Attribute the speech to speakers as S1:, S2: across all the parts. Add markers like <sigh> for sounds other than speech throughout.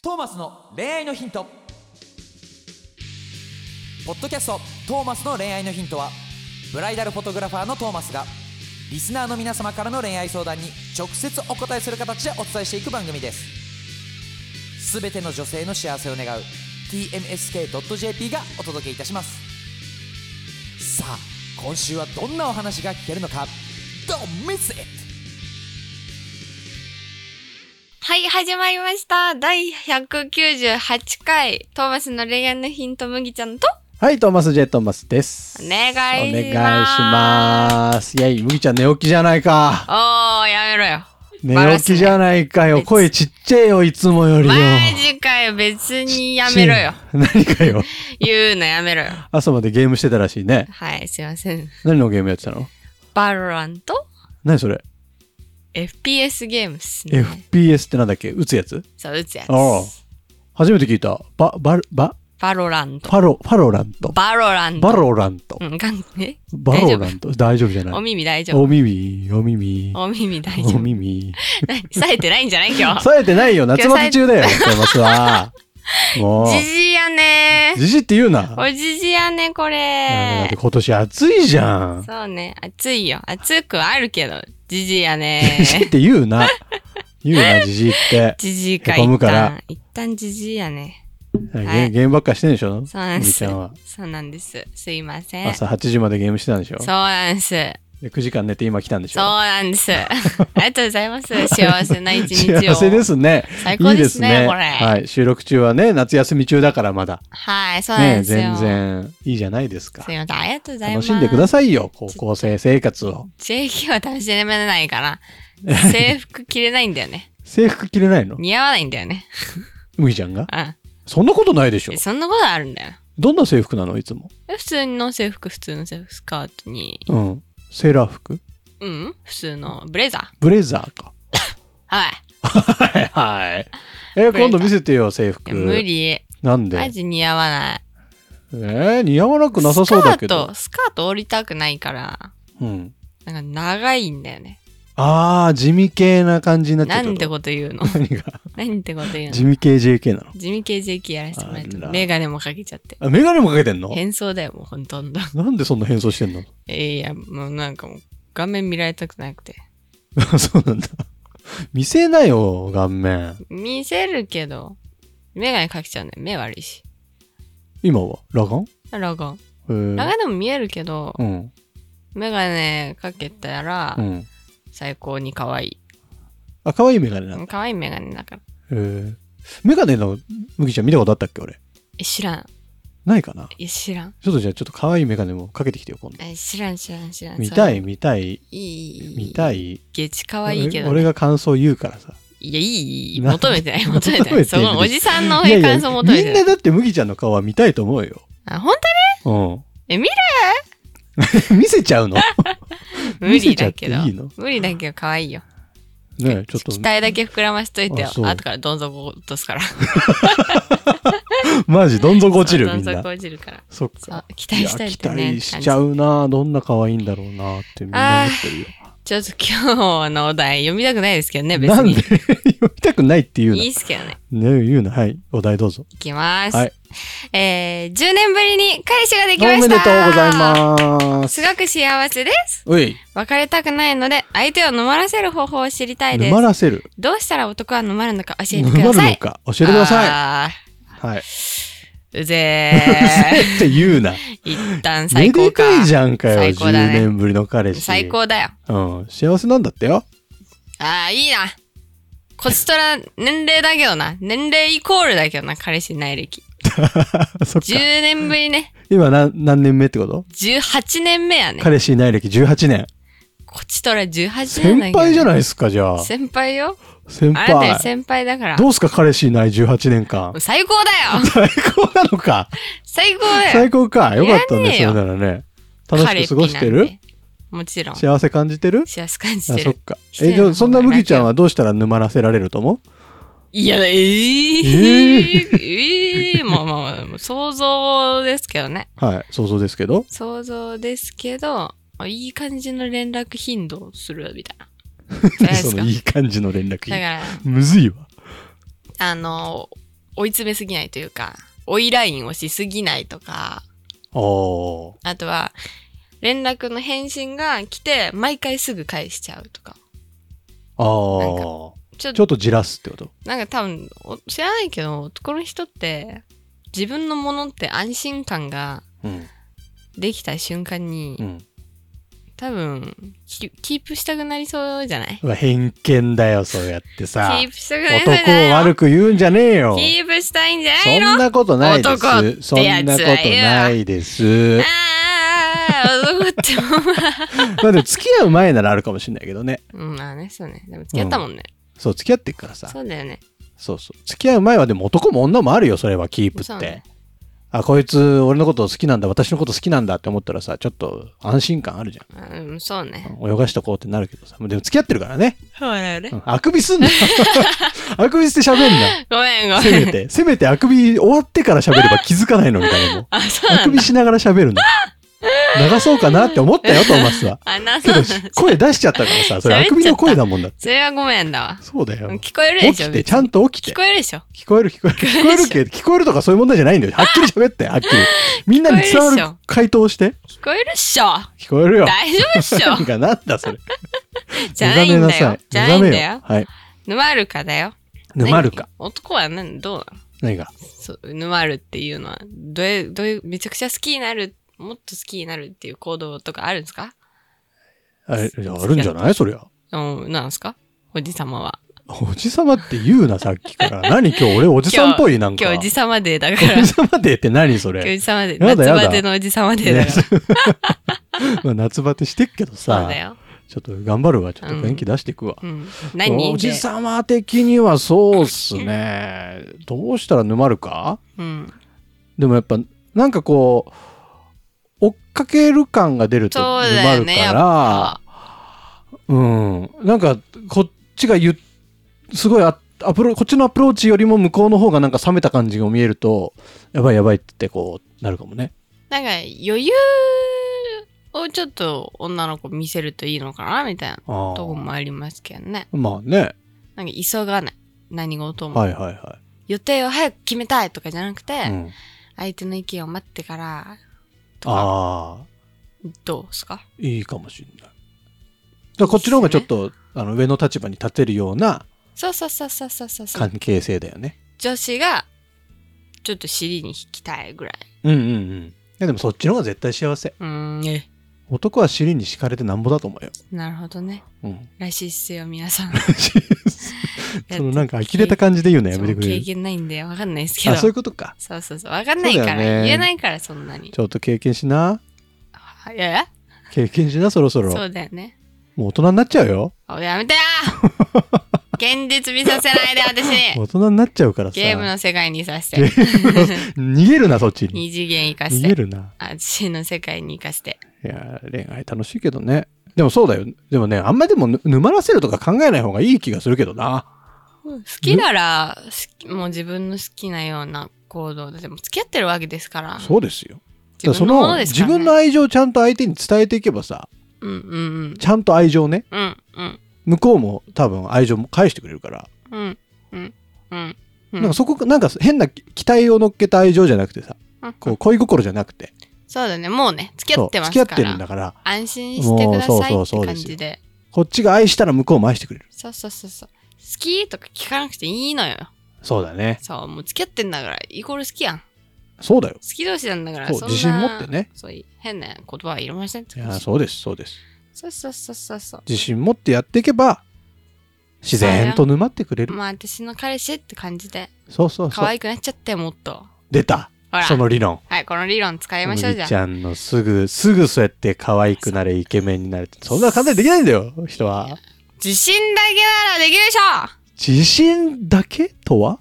S1: トーマスの恋愛のヒントポッドキャスト「トーマスの恋愛のヒントは」ブライダルフォトグラファーのトーマスがリスナーの皆様からの恋愛相談に直接お答えする形でお伝えしていく番組ですすべての女性の幸せを願う TMSK.jp がお届けいたしますさあ今週はどんなお話が聞けるのか Don't miss it!
S2: はい、始まりました。第198回、トーマスの恋愛のヒント、麦ちゃんと、
S3: はい、トーマス・ジェイ・トーマスです。
S2: お願いします
S3: お願いします。いやい、麦ちゃん寝起きじゃないか。
S2: おー、やめろよ。
S3: 寝起きじゃないかよ。
S2: 別
S3: 声ちっちゃいよ、いつもよりよ。
S2: マジかよ、別にやめろよ。
S3: 何かよ。
S2: <laughs> 言うのやめろよ。
S3: 朝までゲームしてたらしいね。
S2: はい、すいません。
S3: 何のゲームやってたの
S2: バロランと
S3: 何それ、
S2: FPS ゲームっすね。
S3: ?FPS ってなんだっけ打つやつ
S2: そう、打つやつ。
S3: ああ初めて聞いた。バ、バル、バ、
S2: バロラン
S3: フ
S2: ト。
S3: ァロ、ファロラント。
S2: バロラント。
S3: バロラント
S2: う。ん、がんえ
S3: バロラント。大丈夫じ
S2: 大
S3: ゃ
S2: 丈夫
S3: な
S2: お
S3: い。
S2: 耳大丈
S3: お
S2: 夫。
S3: 耳、お耳、
S2: お耳大丈
S3: お
S2: 夫。
S3: 耳。
S2: 何冴えて <laughs> ないんじゃない今日。
S3: 冴えてないよ。夏バテ中だよ、トーマスは。もう。
S2: じじいやねー。
S3: じじって言うな。
S2: おじじやね、こ
S3: だ
S2: れ
S3: って。今年暑いじゃん。
S2: そうね。暑いよ。暑くはあるけど、じじいやね
S3: <laughs> じじって言うな。
S2: <laughs>
S3: 言うな、じじって。
S2: じじいか、
S3: へこ
S2: 一
S3: むか
S2: 旦
S3: ら。
S2: 一旦じじいやね。
S3: ゲ
S2: はい
S3: ゲームばっかしてんでしょ
S2: そうなんで
S3: みー
S2: す
S3: ちゃんは。。
S2: そうなんです。すいません。そ
S3: 朝8時までゲームしてたんでしょ
S2: うなんです。
S3: で ?9 時間寝て今来たんでし
S2: そう
S3: ょ
S2: なんです。 <laughs> ありがとうございます。幸せな一日を。
S3: <laughs> 幸せですね。
S2: 最高
S3: いい
S2: ですねこれ
S3: はい。収録中はね、夏休み中だからまだ。
S2: はい、そうなん
S3: ね
S2: ですよ。
S3: 全然いいじゃないですか
S2: す。いません。ありがとうございま
S3: 楽
S2: す。
S3: しんでくださいよ、高校生生活を。
S2: JK は楽しめない
S3: <laughs>
S2: から、制服着れないんだよね。
S3: 制服着れないの
S2: 似合わないんだよね。
S3: むぎちゃんが
S2: う
S3: そんなことないでしょ
S2: ん。そんなことあるんだよ。
S3: どんな制服なのいつも。
S2: え普通の制服、普通の制服、スカートに、
S3: うん。セーラー服
S2: うん、普通のブレザ
S3: ブレザーか。
S2: ー。はい。
S3: はいはい。え、今度見せてよ、制
S2: い
S3: 服。
S2: や無理。
S3: なん
S2: マ
S3: で
S2: ジ似合わない。
S3: えー、似合わなくなさそうだけど。
S2: スカート、スカート折りたくないから、
S3: うん。
S2: なんか長いんだよね。
S3: あー、地味系な感じになっち
S2: な
S3: ゃうっ
S2: ん
S3: て
S2: て
S3: こ
S2: こと
S3: <laughs>
S2: 言うの
S3: と何が
S2: なんてこと言う
S3: 地
S2: の
S3: 味系 JK なの
S2: 地味系 JK やらせてもらっ
S3: あ
S2: て、
S3: ら
S2: メガネもかけちゃって。
S3: あ、メガネもかけてんの
S2: 変装だよ、もうほとんど。
S3: なんでそんな変装してんの <laughs>
S2: いや、もうなんかもう、画面見られたくなくて。
S3: そうなんだ。見せなよ、顔面。
S2: 見せるけど、メガネかけちゃうんだよ。目悪いし。
S3: 今は裸
S2: ラガン。
S3: 眼
S2: ラ
S3: へ
S2: ガンでも見えるけど
S3: ー。う、ん。
S2: メガネかけたら
S3: う、ん。
S2: 最高に可愛い。
S3: あ、可愛いメガネなんだ。
S2: 可愛いメガネだから。
S3: へー。メガネの麦ちゃん見たことあったっけ俺。
S2: え、知らん。
S3: ないかな
S2: え、知らん。
S3: ちょっとじゃあちょっと可愛いメガネもかけてきてよ、今度。
S2: え、知らん、知らん、知らん。
S3: 見たい、
S2: それ
S3: 見たい、
S2: いい、いい。
S3: 見た
S2: い。
S3: い。
S2: ゲチ可愛いけど、ね。
S3: 俺俺が感想言うからさ。
S2: いや、いい、いい。
S3: な
S2: 求めてない、求めてな
S3: <laughs> 求
S2: い。
S3: めて
S2: そ
S3: る
S2: のおじさんの
S3: いやいや
S2: 感想求めて
S3: みん
S2: ない。
S3: なだって麦ちゃんの顔は見たいと思うよ。
S2: あ、本
S3: うん。
S2: 当に見る
S3: <laughs> 見せちゃ <laughs> うの
S2: 無
S3: 見
S2: 理
S3: せちゃ
S2: だ
S3: っ
S2: け
S3: てい
S2: ど。
S3: いの
S2: 無理だけど、可愛いよ。
S3: ねえちょっ
S2: <laughs>
S3: と
S2: 期、待だけ膨らましといてよ
S3: あ。そう
S2: 後からどん底落とすから。
S3: マジどん底落ちる
S2: そう
S3: みん
S2: どん底
S3: な。
S2: 落ちるから。
S3: そっ
S2: そう
S3: か。
S2: 期待したい
S3: や
S2: っ
S3: 期
S2: てね。
S3: 待しちゃ
S2: う。
S3: うなどんな可愛いんだろうなってみんな思ってるよ。
S2: ちょっと今日のお題読みたくないですけどね、別
S3: なんで <laughs>
S2: に。
S3: 読みたくないって言う
S2: い
S3: ない
S2: っ。すけどね。
S3: ね言うな。はい。お題どうぞ。
S2: いきます。
S3: はい
S2: えー、10年ぶりに彼氏ができ
S3: お
S2: ました
S3: めでとうございます。
S2: すごく幸せです。
S3: おい。
S2: 別れたくないので、相手を飲まらせる方法を知りたいです
S3: 沼。らせる。
S2: どうしたら男は飲まるのか教えて
S3: 沼
S2: くだ
S3: る
S2: さ
S3: の
S2: い。
S3: か。教えてください。
S2: あ
S3: はい。
S2: ーう
S3: <laughs>
S2: ぜ
S3: って言うな。
S2: ー。一旦
S3: め
S2: 最
S3: で
S2: 高か。
S3: たいじゃんかよ。
S2: 最
S3: 10
S2: 高だね。
S3: 年ぶりの彼氏。
S2: 最高だよ。
S3: うん、幸せなんだってよ。
S2: ああ、いいな。こちとら年齢だけどな。年齢イコールだけどな、彼氏ない歴。
S3: <laughs> そっ
S2: 10
S3: か。
S2: 年ぶりね。
S3: 今何何年目ってこと
S2: 18年目やね。
S3: 彼氏いない歴18年。
S2: こちとら18年だけど、
S3: 先輩じゃないですか、じゃあ。
S2: 先輩よ。
S3: 先
S2: あなたより
S3: 輩。
S2: 先輩だから。
S3: どうすか、彼氏いない18年間。
S2: 最高だよ
S3: 最高なのか。
S2: 最高だよ
S3: 最高か。よかった
S2: やんね
S3: ね、
S2: え
S3: そ
S2: よ
S3: れならね。楽しく過ごして
S2: 彼
S3: る
S2: ピなんてもちろん。
S3: 幸せ感じてる
S2: 幸せ感じ
S3: あ、
S2: て
S3: そっ
S2: る。
S3: か。
S2: してる
S3: え、じゃあそんな
S2: ほんま
S3: 麦ちゃんはどうしたら沼らせられると思
S2: いや、えー、えー、
S3: <laughs>
S2: まあまあまあ、想像ですけどね。
S3: うはい、想像ですけど。
S2: 想像ですけど、あいい感じの連絡頻度をするみた
S3: <laughs>
S2: いな。じゃないで
S3: そ
S2: すか。
S3: のいい感じの連絡
S2: だか
S3: 品。
S2: ら、
S3: むずいわ。
S2: あの、追い詰めすぎないというか、追いラインをしすぎないとか、
S3: あー
S2: あとは、連絡の返信が来て、毎回すぐ返しちゃうとか。なんか
S3: あー
S2: ちょっ
S3: ちょ
S2: と
S3: っ、とじらすってこと
S2: なんか多分、お知らないけど、男の人って、自分のものって安心感が
S3: うん
S2: できた瞬間に、
S3: うん
S2: 多分キ、キープしたくなりそうじゃないう
S3: わ偏見だよそうやって
S2: キ
S3: さ
S2: ープしたくなりそうじゃ
S3: 男
S2: ない
S3: を悪く言うんじゃねえよ
S2: キープしたいんじゃな
S3: そ
S2: いの
S3: んなことないで
S2: 男ってや
S3: す
S2: つ
S3: そ
S2: は
S3: ん
S2: よ
S3: なことな
S2: <laughs>
S3: いです
S2: あーあー、あー男っても
S3: まあでも付き合う前ならあるかもしれないけどね
S2: <laughs> う。うん、まあね、そうね。でも付き合ったもんね。
S3: そう付き合ってっからさ
S2: そうだよね。
S3: そうそう付き合う前はでも男も女もあるよそれはキープ
S2: そ
S3: っ
S2: う
S3: て、
S2: ね
S3: あこいつ俺のこと好きなんだ私のこと好きなんだって思ったらさちょっと安心感あるじゃ
S2: あうん、そうね。
S3: ん泳がしとこうってなるけどさでも付き合ってるからね、
S2: そうだよね
S3: うん。あくび
S2: <laughs>
S3: すんなあくびして喋んな
S2: ごめん、ご
S3: <laughs> せ
S2: め
S3: め
S2: ん。 <laughs>
S3: てせめてあくび終わってから喋れば気づかないのみたいなもん
S2: あ、そう
S3: あ
S2: な
S3: く
S2: ん
S3: び
S2: だ。
S3: しながら喋
S2: <laughs>
S3: るの流そうかなって思ったよトーマスは
S2: あ、な、
S3: け
S2: そう
S3: ど
S2: なんだ。
S3: 声出しちゃったからさそれあくびの声だもんだって
S2: それはごめんだわ。
S3: そうだよ
S2: 聞こえる
S3: 起
S2: でしょ
S3: きてちゃんと起きて
S2: 聞こえるでしょ
S3: 聞こえる聞こえる聞こえるけど聞こえるとかそういう問題じゃないんだよはっきり喋って
S2: <laughs>
S3: はっきりみんなに伝
S2: 聞
S3: わ
S2: こえるっし
S3: る回答をして
S2: 聞こえるっしょ
S3: 聞こえるよ
S2: 大丈夫っしょ
S3: なんかなんだそれ
S2: じゃないんだよ。じ
S3: 目
S2: ゃな
S3: 覚
S2: いん
S3: めなさい目覚め
S2: だよ。
S3: はい
S2: 沼るかだよ。
S3: 沼るか
S2: 何。男は何、どうなの
S3: 何が
S2: そう沼るっていうのは、どれ、どれ、めちゃくちゃ好きになる、もっと好きになるっていう行動とかあるんですか
S3: あれいやあるんじゃないそりゃ
S2: うん、なんですかおじさまは。
S3: おじさまって言うなさっ
S2: <laughs>
S3: きから何今日俺おじさんっぽいなんか
S2: 今日おじさまデーだか
S3: <laughs> お
S2: ら。
S3: じさまでって何そ
S2: 今日お
S3: れ
S2: じさまデー。
S3: やだや
S2: 夏
S3: だ
S2: バテのおじさまデーだから。
S3: <laughs> まあ夏バテしてっけど
S2: そう
S3: さ
S2: だよ。
S3: ちょっと頑張るわちょっと元気出していくわ
S2: うん。
S3: お
S2: 何
S3: じ
S2: で
S3: さま的にはそうっすねどうしたら沼るか
S2: うん。
S3: でもやっぱなんかこう追っかける感が出ると
S2: そうだ
S3: 沼
S2: よ
S3: るか
S2: ね、やっぱ。
S3: らう,、んなんかこっちが言っすごいあアプロこっちのアプローチよりも向こうの方がなんか冷めた感じが見えるとやばいやばいってこうなるかもね
S2: なんか余裕をちょっと女の子見せるといいのかなみたいな
S3: あー
S2: とこもありますけどね。
S3: まあね
S2: なんか急がない。何事も。
S3: はいはいは
S2: 予定を早く決めたいとかじゃなくて、
S3: い、うん、
S2: 相手の意見を待ってから、とか、
S3: ああ
S2: どうっすか
S3: いいかもしれないだからこっちの方がちょっとあの上の立場に立てるような
S2: そうそうそうそうそうそうそう
S3: 関。係性だよね
S2: 女子が、ちょっと尻に引きたいぐらい。
S3: うんうんうんいやでもそっちの方が絶対幸せ
S2: うーん、え。
S3: 男は尻に敷かれてなんぼだと思うよ。
S2: なるほどね。
S3: <laughs> うん。
S2: らしいっすよ、皆さん。
S3: <laughs> そのなんか呆れた感じで言うのやめてく
S2: そう
S3: れ
S2: 経
S3: る。
S2: 験ないんで、わかんないですけど。
S3: あ、そう
S2: そ
S3: いううことか。
S2: そうそうわかんないから、
S3: そうだよね
S2: 言えないから、そんなに
S3: ち。ょっと経験しな。
S2: はいやいや
S3: 経験しな、そろそろ。
S2: そうだよね。
S3: もう大人になっちゃうよ。
S2: おやめ
S3: <laughs>
S2: てよ現実見させないで、私
S3: <laughs> 大人になっちゃうからさ。
S2: ゲームの世界にさせ
S3: ゲ
S2: て。
S3: ームの <laughs> 逃げるな、そっちに。
S2: 二次元行かせ
S3: 逃げ
S2: て。
S3: るな。
S2: あ私の世界に行かせて。
S3: いや、恋愛楽しいけどね。でもそうだよ。でもね、あんまりでもぬ沼らせるとか考えない方がいい気がするけどな。
S2: 好きなら、好きもう自分の好きなような行動で、でも付き合ってるわけですから。
S3: そうですよ。だ
S2: 自
S3: からそ
S2: 分のも
S3: の
S2: のですか
S3: 自
S2: ら、ね。
S3: 分の愛情をちゃんと相手に伝えていけばさ、
S2: うんうん
S3: ちゃんと愛情ね、
S2: うん。うん
S3: 向こうも多分愛情も返してくれるから、
S2: うんうんうんうん。うん
S3: なんかそこなんか変な期待を乗っけた愛情じゃなくてさ
S2: うん
S3: こう恋心じゃなくて
S2: そうだね。もうね、付き合
S3: そう
S2: ってます
S3: 付
S2: から。
S3: き合ってるんだから
S2: 安心してください
S3: もう
S2: っ
S3: そうそうそう
S2: て
S3: で
S2: 感
S3: すよ
S2: じで。
S3: こっちが愛したら向こうも愛してくれる
S2: そうそうそうそう。好きとか聞かなくていいのよ。
S3: そうだね
S2: そう、もう付き合ってんだから、イコール好きやん。好
S3: そうだよ
S2: き同士なんだから、
S3: そう
S2: そんな
S3: 自信持ってね。
S2: そう、変な言葉はいりませんって
S3: い
S2: 感
S3: や
S2: じ
S3: そうですそうです
S2: そうそうそうそうそう。
S3: 自信持ってやっていけば自然と沼ってくれる
S2: まあ私の彼氏って感じで、
S3: そうそう
S2: 可
S3: そう
S2: 愛くなっちゃって、もっと。
S3: 出た
S2: ほら
S3: その理論
S2: はい、この理論使いましょうじゃん。
S3: 麦ちゃんのすぐすぐそうやって可愛くなれイケメンになれってそんな簡単にできないんだよ人は
S2: 自信だけならできるでしょ
S3: 自信だけとは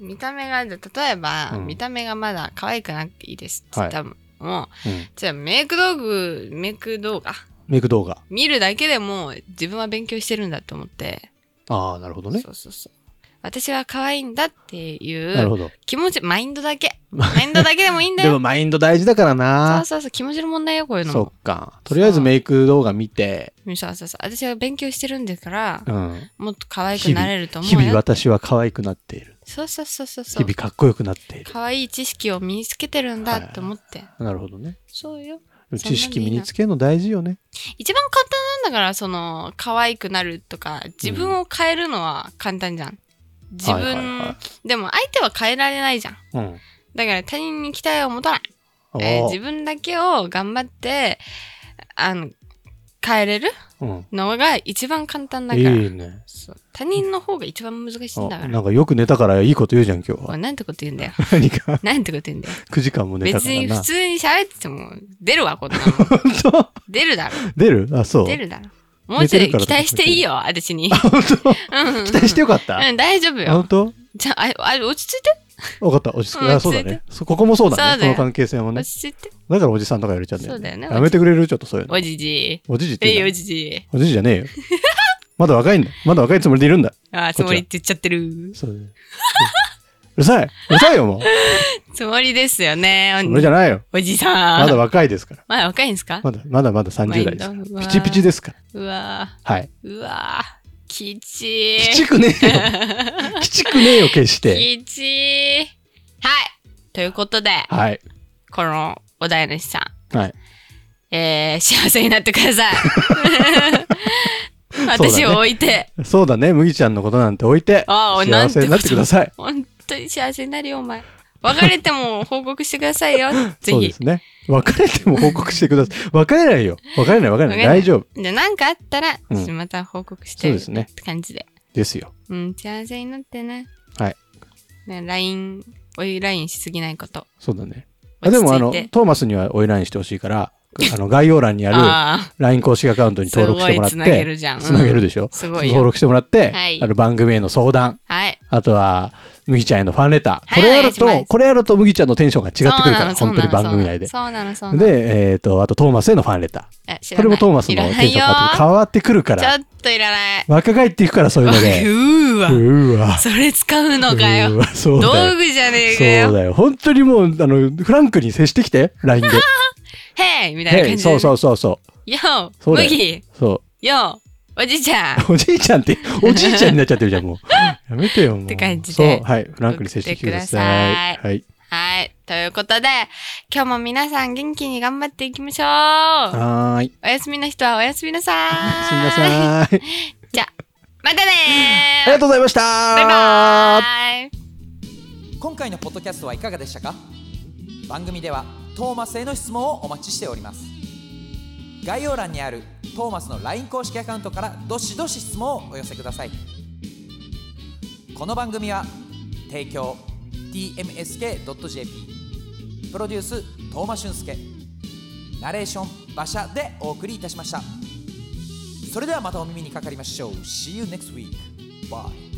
S2: 見た目が、例えば、
S3: うん
S2: 見た目がまだ可愛くなくていいですって
S3: はい
S2: 多分、もう、
S3: うん
S2: じゃあメイク道具、メイク動画、
S3: メイク動画
S2: 見るだけでも自分は勉強してるんだと思って、
S3: ああなるほどね
S2: そうそうそう。私は可愛いんだって
S3: ないる
S2: う
S3: ほど
S2: 気持ち、マインドだけ。マインドだけでもいいんだ
S3: <laughs> でも
S2: よ。
S3: マインド大事だから
S2: そう
S3: な。
S2: そうそう、気持ちの問題よ、こういうの
S3: そ
S2: も。
S3: っか。とりあえずメイク動画見て、
S2: そうそうそう。私は勉強してるんですから
S3: う、ん、
S2: もっと可愛く
S3: 日
S2: な
S3: 々
S2: れると思う
S3: 日
S2: よ。
S3: 々私は可愛くなっている。
S2: そうそうそうそうそう
S3: 日々かっこよくなっている
S2: 可愛い知識を身につけてるんだって思って、
S3: なるほどね
S2: そうよ
S3: でも
S2: そんなのいいな
S3: 知識身につけるの大事よね
S2: 一番簡単なんだからその可愛くなるとか自分を変えるのは簡単じゃん、自分、
S3: はいはいは
S2: でも相手は変えられないじゃん
S3: うん
S2: だから他人に期待を持たない、
S3: あ
S2: えー
S3: ー
S2: 自分だけを頑張ってあの変えれる
S3: うん
S2: のが一番簡単だから、
S3: いいね
S2: そう他人の方が一番難しいんだ
S3: あ
S2: か
S3: な
S2: ら
S3: んかよく寝たからいいこと言うじゃん今日
S2: お
S3: はい
S2: なんてこと言うんだよ <laughs>
S3: 何か
S2: なんてこと言うんだよ
S3: 9時間も寝た
S2: 別
S3: から
S2: に普
S3: な
S2: 通に喋ってても出るわこんなの
S3: <laughs> 本
S2: 出るだろ
S3: 当出るあそう
S2: 出るだろもうちょい期待していいよ私に <laughs> うん
S3: 期待してよかった
S2: うん、大丈夫
S3: あ本
S2: よ。
S3: 当
S2: じゃあ、ああ落ち着いて、
S3: 分かった落ち着
S2: う
S3: く
S2: ん
S3: あそうだ
S2: 落ち
S3: ねそここもそうだ
S2: そう
S3: ね
S2: だ
S3: こ
S2: よ
S3: の関係性もね
S2: 落ち着いて。
S3: だからおじさんとかやれちゃうんだよ
S2: そうだよね
S3: やめてくれるちょっとそういうの
S2: おじじい。
S3: おじじって
S2: えい、
S3: 言う
S2: お
S3: な
S2: じじい。
S3: おじじじゃねえよ <laughs> まだ若いんだまだ若いつもりでいるんだ
S2: あー、つ
S3: こっちは
S2: もりって言っちゃってる。
S3: そう <laughs> だねうるさいうるさいよもう
S2: つもりですよね。
S3: 俺じゃないよ
S2: おじさん。
S3: まだ若いですから
S2: まだ若いんですか
S3: まだまだまだ30代で
S2: ま
S3: すか
S2: あいいんだ
S3: らピチピチですから
S2: うわ
S3: はい
S2: ーうわーきち
S3: き
S2: ー。
S3: ちくねえよ
S2: <laughs>
S3: きちくねえよ決して
S2: きちー。はい。ということで、
S3: はい
S2: このお題主さ
S3: はい
S2: ん、えー、幸せになってください。
S3: <laughs>
S2: 私を置いて。
S3: そうだね麦ちゃんのことなんて置いて
S2: ああ
S3: 幸せになってくだ
S2: <laughs>
S3: さい
S2: 本当に幸せになるよ、お前。別れても報告してください
S3: <laughs>
S2: よ。ぜ
S3: そう
S2: ひ
S3: で。すね別れても報告してください別れないよ別れない別れない大丈夫
S2: で、なんかあったら、
S3: うん
S2: また報告し
S3: そう
S2: て
S3: ですね
S2: って感じで。
S3: ですよ
S2: うん、幸せになってね。
S3: はい。
S2: ね、LINE、おい LINE しすぎないこと。
S3: そうだね
S2: 落
S3: あで
S2: ち着いて
S3: もあのトーマスにはオイラインしてほしいからあの概要欄にある
S2: あ
S3: LINE 公式アカウントに登録してもらっ
S2: すごい繋げ
S3: て
S2: るじゃんうん
S3: つなげるでしょ
S2: すごいよ
S3: 登録してもらって、
S2: はい
S3: あの番組への相談
S2: あ、はい。
S3: あとは麦ちゃんへのファンレター、
S2: はい
S3: これやる
S2: お願いしま
S3: と
S2: す
S3: これやると麦ちゃんのテンションが違ってくるか
S2: そうな
S3: ら
S2: のそう
S3: 本
S2: な
S3: 当
S2: の
S3: に番組内で
S2: そうなの、そうなの。そうなの、
S3: で、えっとあとトーマスへのファンレタ
S2: え知
S3: ー
S2: らない
S3: これもトーマスの
S2: い
S3: テ
S2: ら
S3: ン
S2: な
S3: ション
S2: いよ
S3: 変わって変わってくるか
S2: ちょ
S3: ら
S2: っといらない。
S3: 若返っていくからそういうので
S2: <laughs> うーわ。
S3: うーわ
S2: それ使うのか
S3: うー
S2: よ。
S3: わそうだ
S2: 道
S3: よ
S2: 具じゃねえ
S3: そ
S2: かよ。
S3: うだよ本当にもうあのフランクに接してきて LINE で
S2: へいみたいな
S3: へ
S2: 感
S3: い
S2: じ
S3: そう
S2: で。
S3: そうそうそ
S2: よ、
S3: そううだよ
S2: 麦。
S3: うそう
S2: よ、おじいちゃん。 <laughs>
S3: おじいちゃんって、おじいちゃんになっちゃってるじゃん、もう。やめてよ、もう。
S2: って感じで
S3: そう、はい。フランクに接してきてください。
S2: 送ってくださ
S3: はい。
S2: はい。ということで、今日も皆さん元気に頑張っていきましょう。
S3: はーい。
S2: おやすみの人はおやすみなさーい。
S3: すみなさい。
S2: じゃあ、またねー。
S3: ありがとうございましたバ
S2: バイバーイ。
S1: 今回のポッドキャストはいかがでしたか番組ではトーマスへの質問をお待ちしております概要欄にあるトーマスの LINE 公式アカウントからどしどし質問をお寄せくださいこの番組は提供 tmsk.jp プロデューストーマ俊介ナレーション馬車でお送りいたしましたそれではまたお耳にかかりましょう See you next week Bye